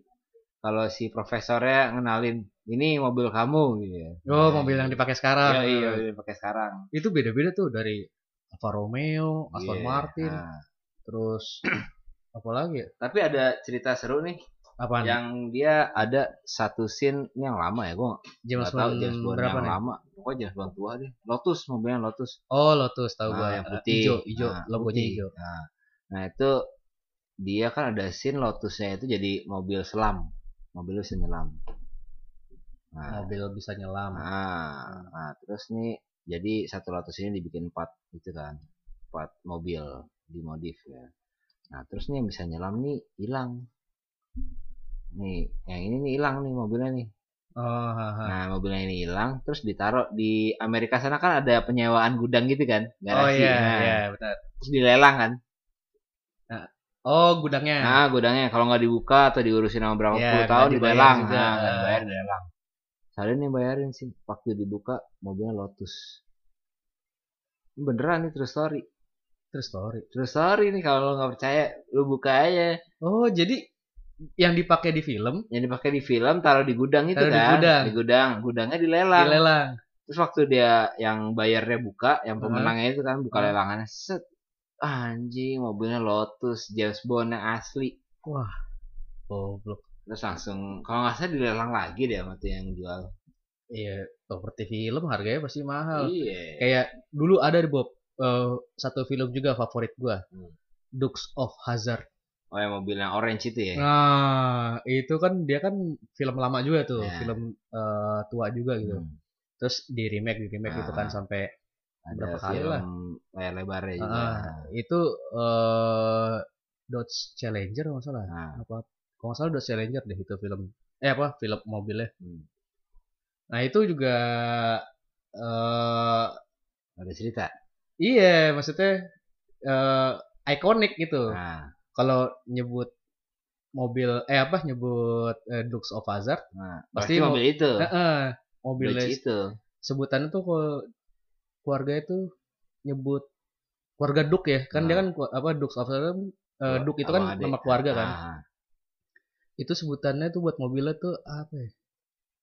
Speaker 2: kalau si profesornya ngenalin ini mobil kamu gitu ya.
Speaker 1: Oh, mobil yang dipakai sekarang.
Speaker 2: Iya, iya, mobil yang dipakai sekarang.
Speaker 1: Itu beda-beda tuh dari Alfa Romeo, Aston
Speaker 2: Iya.
Speaker 1: Martin,
Speaker 2: Nah,
Speaker 1: terus *clears throat* apa lagi? ya?
Speaker 2: tapi ada cerita seru nih
Speaker 1: Apaan?
Speaker 2: yang dia ada satu scene ini yang lama ya gue
Speaker 1: James
Speaker 2: nggak tahu
Speaker 1: Bond
Speaker 2: James Bond
Speaker 1: Iya, berapa
Speaker 2: yang
Speaker 1: nih?
Speaker 2: lama pokoknya James Bond tua deh Lotus mobilnya Lotus
Speaker 1: Oh, Lotus tahu
Speaker 2: Nah,
Speaker 1: gua.
Speaker 2: yang putih
Speaker 1: Ijo, ijo,
Speaker 2: Nah,
Speaker 1: logonya
Speaker 2: putih.
Speaker 1: ijo.
Speaker 2: Nah, nah itu dia kan ada scene Lotusnya itu jadi mobil selam mobil lu senyelam nah,
Speaker 1: Mobil bisa nyelam.
Speaker 2: Nah, nah, terus nih jadi satu ratus ini dibikin empat gitu kan, empat mobil dimodif ya. Nah terus nih yang bisa nyelam nih hilang. Nih yang ini nih hilang nih mobilnya nih.
Speaker 1: Oh, ha, ha.
Speaker 2: Nah mobilnya ini hilang, terus ditaruh di Amerika sana kan ada penyewaan gudang gitu kan,
Speaker 1: oh
Speaker 2: garasi.
Speaker 1: iya,
Speaker 2: Nah,
Speaker 1: iya, benar.
Speaker 2: Terus dilelang kan.
Speaker 1: Oh, gudangnya.
Speaker 2: Nah gudangnya kalau nggak dibuka atau diurusin sama berapa
Speaker 1: Iya,
Speaker 2: puluh
Speaker 1: nggak
Speaker 2: tahun
Speaker 1: dibayar
Speaker 2: dilelang.
Speaker 1: juga. Ah.
Speaker 2: Nah nggak dibayar dilelang. Kalian yang bayarin sih waktu dibuka mobilnya Lotus. Ini Beneran nih true story.
Speaker 1: Terus story.
Speaker 2: True story nih kalau lo nggak percaya lu buka aja
Speaker 1: Oh, jadi yang dipakai di film
Speaker 2: yang dipakai di film taruh di gudang itu
Speaker 1: Taruh di
Speaker 2: kan
Speaker 1: gudang.
Speaker 2: gudang gudangnya dilelang
Speaker 1: dilelang.
Speaker 2: terus waktu dia yang bayarnya buka yang
Speaker 1: Heeh.
Speaker 2: pemenangnya itu kan buka
Speaker 1: Heeh.
Speaker 2: lelangannya set anjing mobilnya Lotus James Bond yang asli
Speaker 1: Goblok.
Speaker 2: terus langsung kalau nggak salah dilelang lagi deh sama tuh yang jual
Speaker 1: Iya, properti film harganya pasti mahal.
Speaker 2: iya
Speaker 1: Oh. kayak dulu ada di Bob eh, satu film juga favorit gua
Speaker 2: Hmm.
Speaker 1: Dukes of Hazard
Speaker 2: oh yang mobilnya orange itu ya
Speaker 1: nah itu kan dia kan film lama juga tuh
Speaker 2: Ya.
Speaker 1: film eh, tua juga gitu
Speaker 2: Hmm.
Speaker 1: terus di remake di remake gitu kan
Speaker 2: Ah. iya.
Speaker 1: sampai
Speaker 2: ada
Speaker 1: Berapa kali
Speaker 2: film
Speaker 1: lah.
Speaker 2: layar lebarnya juga
Speaker 1: Ah, itu eh Dodge Challenger kalau nggak salah
Speaker 2: nah
Speaker 1: apa kalau nggak salah Dodge Challenger deh itu film eh apa film mobilnya
Speaker 2: hmm.
Speaker 1: nah itu juga eh
Speaker 2: ada cerita
Speaker 1: iya maksudnya eh ikonik gitu
Speaker 2: nah
Speaker 1: kalau nyebut mobil eh apa nyebut eh, Dukes of Hazard
Speaker 2: nah
Speaker 1: Pasti
Speaker 2: pasti, mobil itu
Speaker 1: eh, eh,
Speaker 2: mobil
Speaker 1: mobilnya
Speaker 2: itu
Speaker 1: sebutannya tuh kalau keluarga itu nyebut keluarga Duk ya kan
Speaker 2: Nah.
Speaker 1: dia kan kelu- apa Dukes of Hazard eh, Duk itu kan
Speaker 2: Sama adik.
Speaker 1: nama keluarga kan
Speaker 2: Ah.
Speaker 1: itu sebutannya tuh buat mobilnya tuh apa ya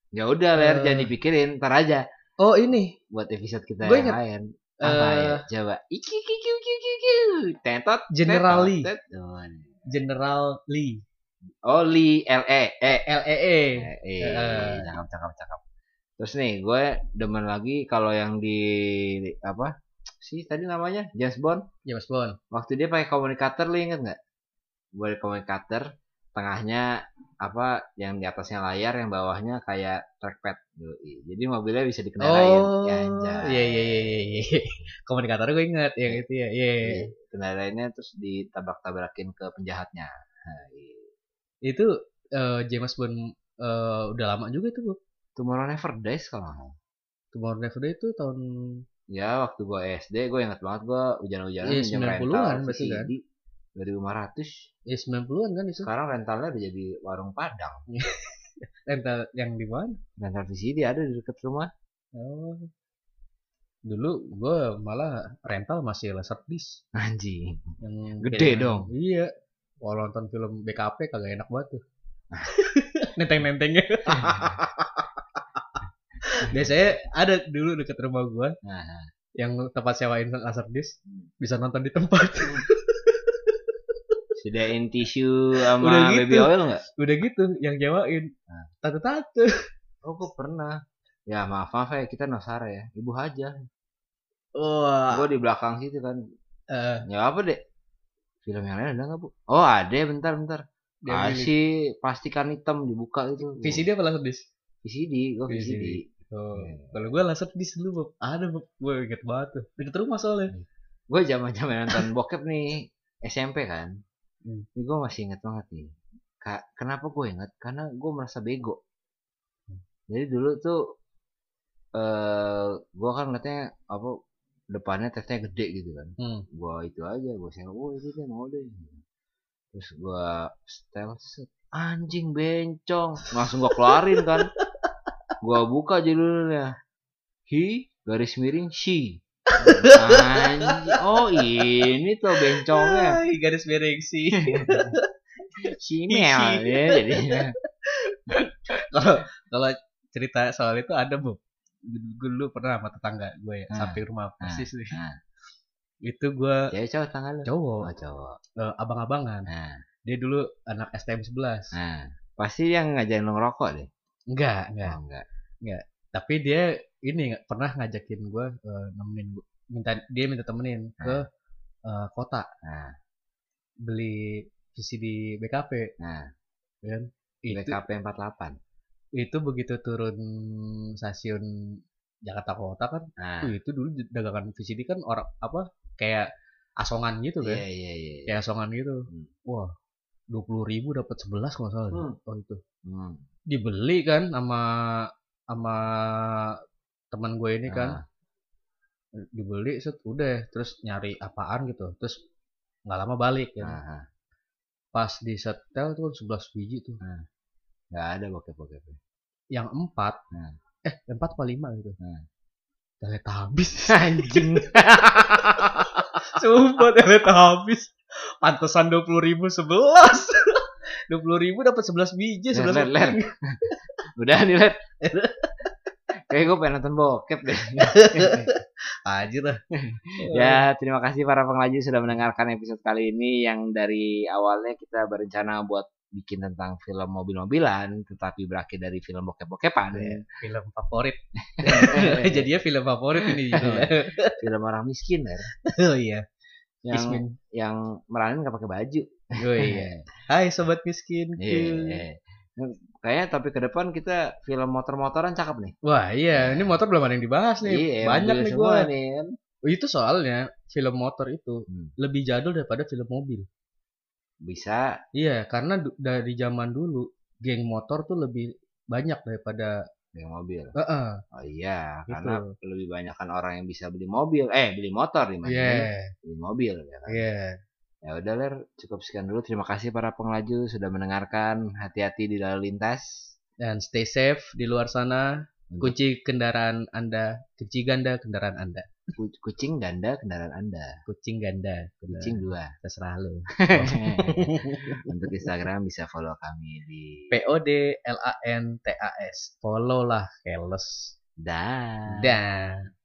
Speaker 2: Ya udah ler,
Speaker 1: Eh.
Speaker 2: jangan dipikirin, ntar aja
Speaker 1: oh ini
Speaker 2: buat episode kita
Speaker 1: Gua
Speaker 2: yang
Speaker 1: ingat.
Speaker 2: lain.
Speaker 1: eh,
Speaker 2: Apa ya? Coba. Iki iki iki iki iki, iki. Tetot.
Speaker 1: General
Speaker 2: tetot,
Speaker 1: Lee.
Speaker 2: tetot.
Speaker 1: General Lee
Speaker 2: Oh Lee L E E.
Speaker 1: L E E
Speaker 2: Eh, eh,
Speaker 1: Eh.
Speaker 2: Cakep cakep cakep. Terus nih, gue demen lagi kalau yang di apa sih tadi namanya James Bond.
Speaker 1: James Bond
Speaker 2: Waktu dia pakai komunikator, lu inget nggak? Buat komunikator, tengahnya apa yang di atasnya layar yang bawahnya kayak trackpad Yoi. jadi mobilnya bisa dikendarain
Speaker 1: oh iya
Speaker 2: Ya, anjay.
Speaker 1: iya iya iya *laughs* iya. komunikator gue inget yang itu ya iya
Speaker 2: Jadi, kendaraannya terus ditabrak-tabrakin ke penjahatnya. Nah, iya.
Speaker 1: itu eh, James Bond eh, udah lama juga tuh Bob.
Speaker 2: Tomorrow Never Dies kalau nggak salah.
Speaker 1: Tomorrow Never Day itu tahun
Speaker 2: Ya waktu gue SD gue ingat banget gue hujan-hujanan
Speaker 1: Iya,
Speaker 2: pinjam
Speaker 1: 90-an
Speaker 2: rental
Speaker 1: berarti kan?
Speaker 2: VCD 2500
Speaker 1: ya 90-an kan itu.
Speaker 2: sekarang rentalnya udah jadi warung padang
Speaker 1: Rental Eh, yang di mana?
Speaker 2: rental VCD ada di dekat rumah *laughs*
Speaker 1: Oh. Dulu gua malah rental masih laser disc *laughs*
Speaker 2: anjing
Speaker 1: yang
Speaker 2: Gede
Speaker 1: film-
Speaker 2: dong.
Speaker 1: Iya. Kalau nonton film BKP kagak enak banget
Speaker 2: *laughs*
Speaker 1: tuh. Nenteng-nentengnya. Biasanya ada dulu deket rumah gua
Speaker 2: nah
Speaker 1: yang tempat *laughs* sewain laser disc
Speaker 2: Hmm.
Speaker 1: bisa nonton di tempat.
Speaker 2: Sediain tisu sama
Speaker 1: Udah gitu.
Speaker 2: baby oil nggak?
Speaker 1: udah gitu yang jawain
Speaker 2: Nah.
Speaker 1: tante tante
Speaker 2: Oh, gue pernah. Ya maaf maaf ya kita nosara ya. Ibu aja.
Speaker 1: wah
Speaker 2: Gue di belakang situ kan.
Speaker 1: eh,
Speaker 2: Ya apa dek? Film yang lain ada nggak bu? Oh ada bentar bentar.
Speaker 1: dia milih.
Speaker 2: Kasih Ah, plastikan hitam dibuka itu.
Speaker 1: VCD apa langsung dis
Speaker 2: VCD, gue VCD.
Speaker 1: VCD. Oh, Gitu. kalau gue langsung dis dulu Bob. ada Bob. gue inget banget tuh deket rumah soalnya
Speaker 2: Gue zaman zaman
Speaker 1: *laughs*
Speaker 2: nonton bokep nih SMP kan.
Speaker 1: Hmm.
Speaker 2: Ini gue masih inget banget nih. Ka- kenapa gue inget? Karena gue merasa bego.
Speaker 1: Hmm.
Speaker 2: Jadi dulu tuh eh gue kan katanya apa depannya tesnya gede gitu kan.
Speaker 1: hmm.
Speaker 2: gua itu aja gua senggol oh itu deh mau deh terus gua setel set anjing bencong langsung gua keluarin kan gua buka judulnya he garis miring she anjing oh ini tuh bencongnya
Speaker 1: Hai, garis miring *laughs* sih
Speaker 2: she mel ya jadinya
Speaker 1: kalau kalau cerita soal itu ada bu gue dulu pernah sama tetangga gue ya,
Speaker 2: Ah,
Speaker 1: samping rumah persis nih.
Speaker 2: ah.
Speaker 1: itu gue
Speaker 2: cewek cowok tanggal lu
Speaker 1: cowok
Speaker 2: oh cowok
Speaker 1: eh, abang-abangan
Speaker 2: nah
Speaker 1: dia dulu anak STM 11
Speaker 2: nah pasti yang ngajarin lo ngerokok deh
Speaker 1: enggak enggak
Speaker 2: oh, enggak
Speaker 1: tapi dia ini nggak- pernah ngajakin gue nemenin gua- minta dia minta temenin ke eh, kota
Speaker 2: nah
Speaker 1: beli VCD BKP
Speaker 2: nah
Speaker 1: kan itu
Speaker 2: BKP 48
Speaker 1: itu begitu turun stasiun Jakarta Kota kan
Speaker 2: nah
Speaker 1: Wih, itu dulu dagangan VCD kan orang apa kayak asongan gitu kan
Speaker 2: iya iya iya
Speaker 1: kayak asongan gitu
Speaker 2: Hmm.
Speaker 1: wah dua puluh ribu dapat sebelas kalau nggak salah
Speaker 2: Hmm.
Speaker 1: oh itu
Speaker 2: Hmm,
Speaker 1: dibeli kan sama sama teman gue ini kan
Speaker 2: ah,
Speaker 1: dibeli set udah terus nyari apaan gitu terus nggak lama balik
Speaker 2: ah,
Speaker 1: kan
Speaker 2: ah.
Speaker 1: pas di setel tuh 11 biji tuh
Speaker 2: Gak ada bokep-bokep.
Speaker 1: yang empat
Speaker 2: Hmm.
Speaker 1: eh empat apa lima gitu
Speaker 2: Hmm.
Speaker 1: teletabis *laughs* anjing sumpah teletabis pantesan dua puluh ribu sebelas *laughs* dua puluh ribu dapat sebelas biji
Speaker 2: Ler,
Speaker 1: sebelas
Speaker 2: ler, ler.
Speaker 1: keping.
Speaker 2: *laughs* Udah nih, *laughs* Let. Kayak gue pengen nonton bokep
Speaker 1: *laughs*
Speaker 2: deh.
Speaker 1: anjir lah
Speaker 2: *laughs* ya, terima kasih para penglaju sudah mendengarkan episode kali ini yang dari awalnya kita berencana buat bikin tentang film mobil-mobilan, tetapi berakhir dari film bokep-bokepan. Eh,
Speaker 1: Iya. film favorit *laughs* jadinya film favorit
Speaker 2: *laughs*
Speaker 1: ini judulnya.
Speaker 2: film orang miskin, Ler.
Speaker 1: oh iya
Speaker 2: Iya. Yang
Speaker 1: Kismin.
Speaker 2: yang meranin gak pakai baju.
Speaker 1: Oh iya. Hai sobat miskin.
Speaker 2: Iya. Kayaknya tapi ke depan kita film motor-motoran cakep nih.
Speaker 1: Wah iya, ini motor belum ada yang dibahas nih.
Speaker 2: Iya,
Speaker 1: Banyak
Speaker 2: mobil
Speaker 1: nih
Speaker 2: semua
Speaker 1: gue.
Speaker 2: nih kan.
Speaker 1: Itu soalnya film motor itu
Speaker 2: Hmm.
Speaker 1: lebih jadul daripada film mobil.
Speaker 2: Bisa
Speaker 1: Iya, karena du- dari zaman dulu geng motor tuh lebih banyak daripada
Speaker 2: dengan mobil.
Speaker 1: Heeh.
Speaker 2: Oh iya,
Speaker 1: Gitu.
Speaker 2: karena lebih banyak kan orang yang bisa beli mobil, eh beli motor
Speaker 1: Iya,
Speaker 2: dibanding beli mobil ya kan.
Speaker 1: iya.
Speaker 2: Ya udah Ler, cukup sekian dulu. Terima kasih para pengelaju sudah mendengarkan. Hati-hati di lalu lintas.
Speaker 1: Dan stay safe di luar sana.
Speaker 2: Hmm.
Speaker 1: Kunci kendaraan Anda, kunci ganda kendaraan Anda.
Speaker 2: Ku- Kucing ganda kendaraan Anda.
Speaker 1: Kucing ganda, kucing
Speaker 2: Kucing
Speaker 1: *laughs*
Speaker 2: dua.
Speaker 1: terserah lu.
Speaker 2: Untuk Instagram bisa follow kami di
Speaker 1: P O D L A N T A S. Follow lah, keles.
Speaker 2: dan
Speaker 1: Dah.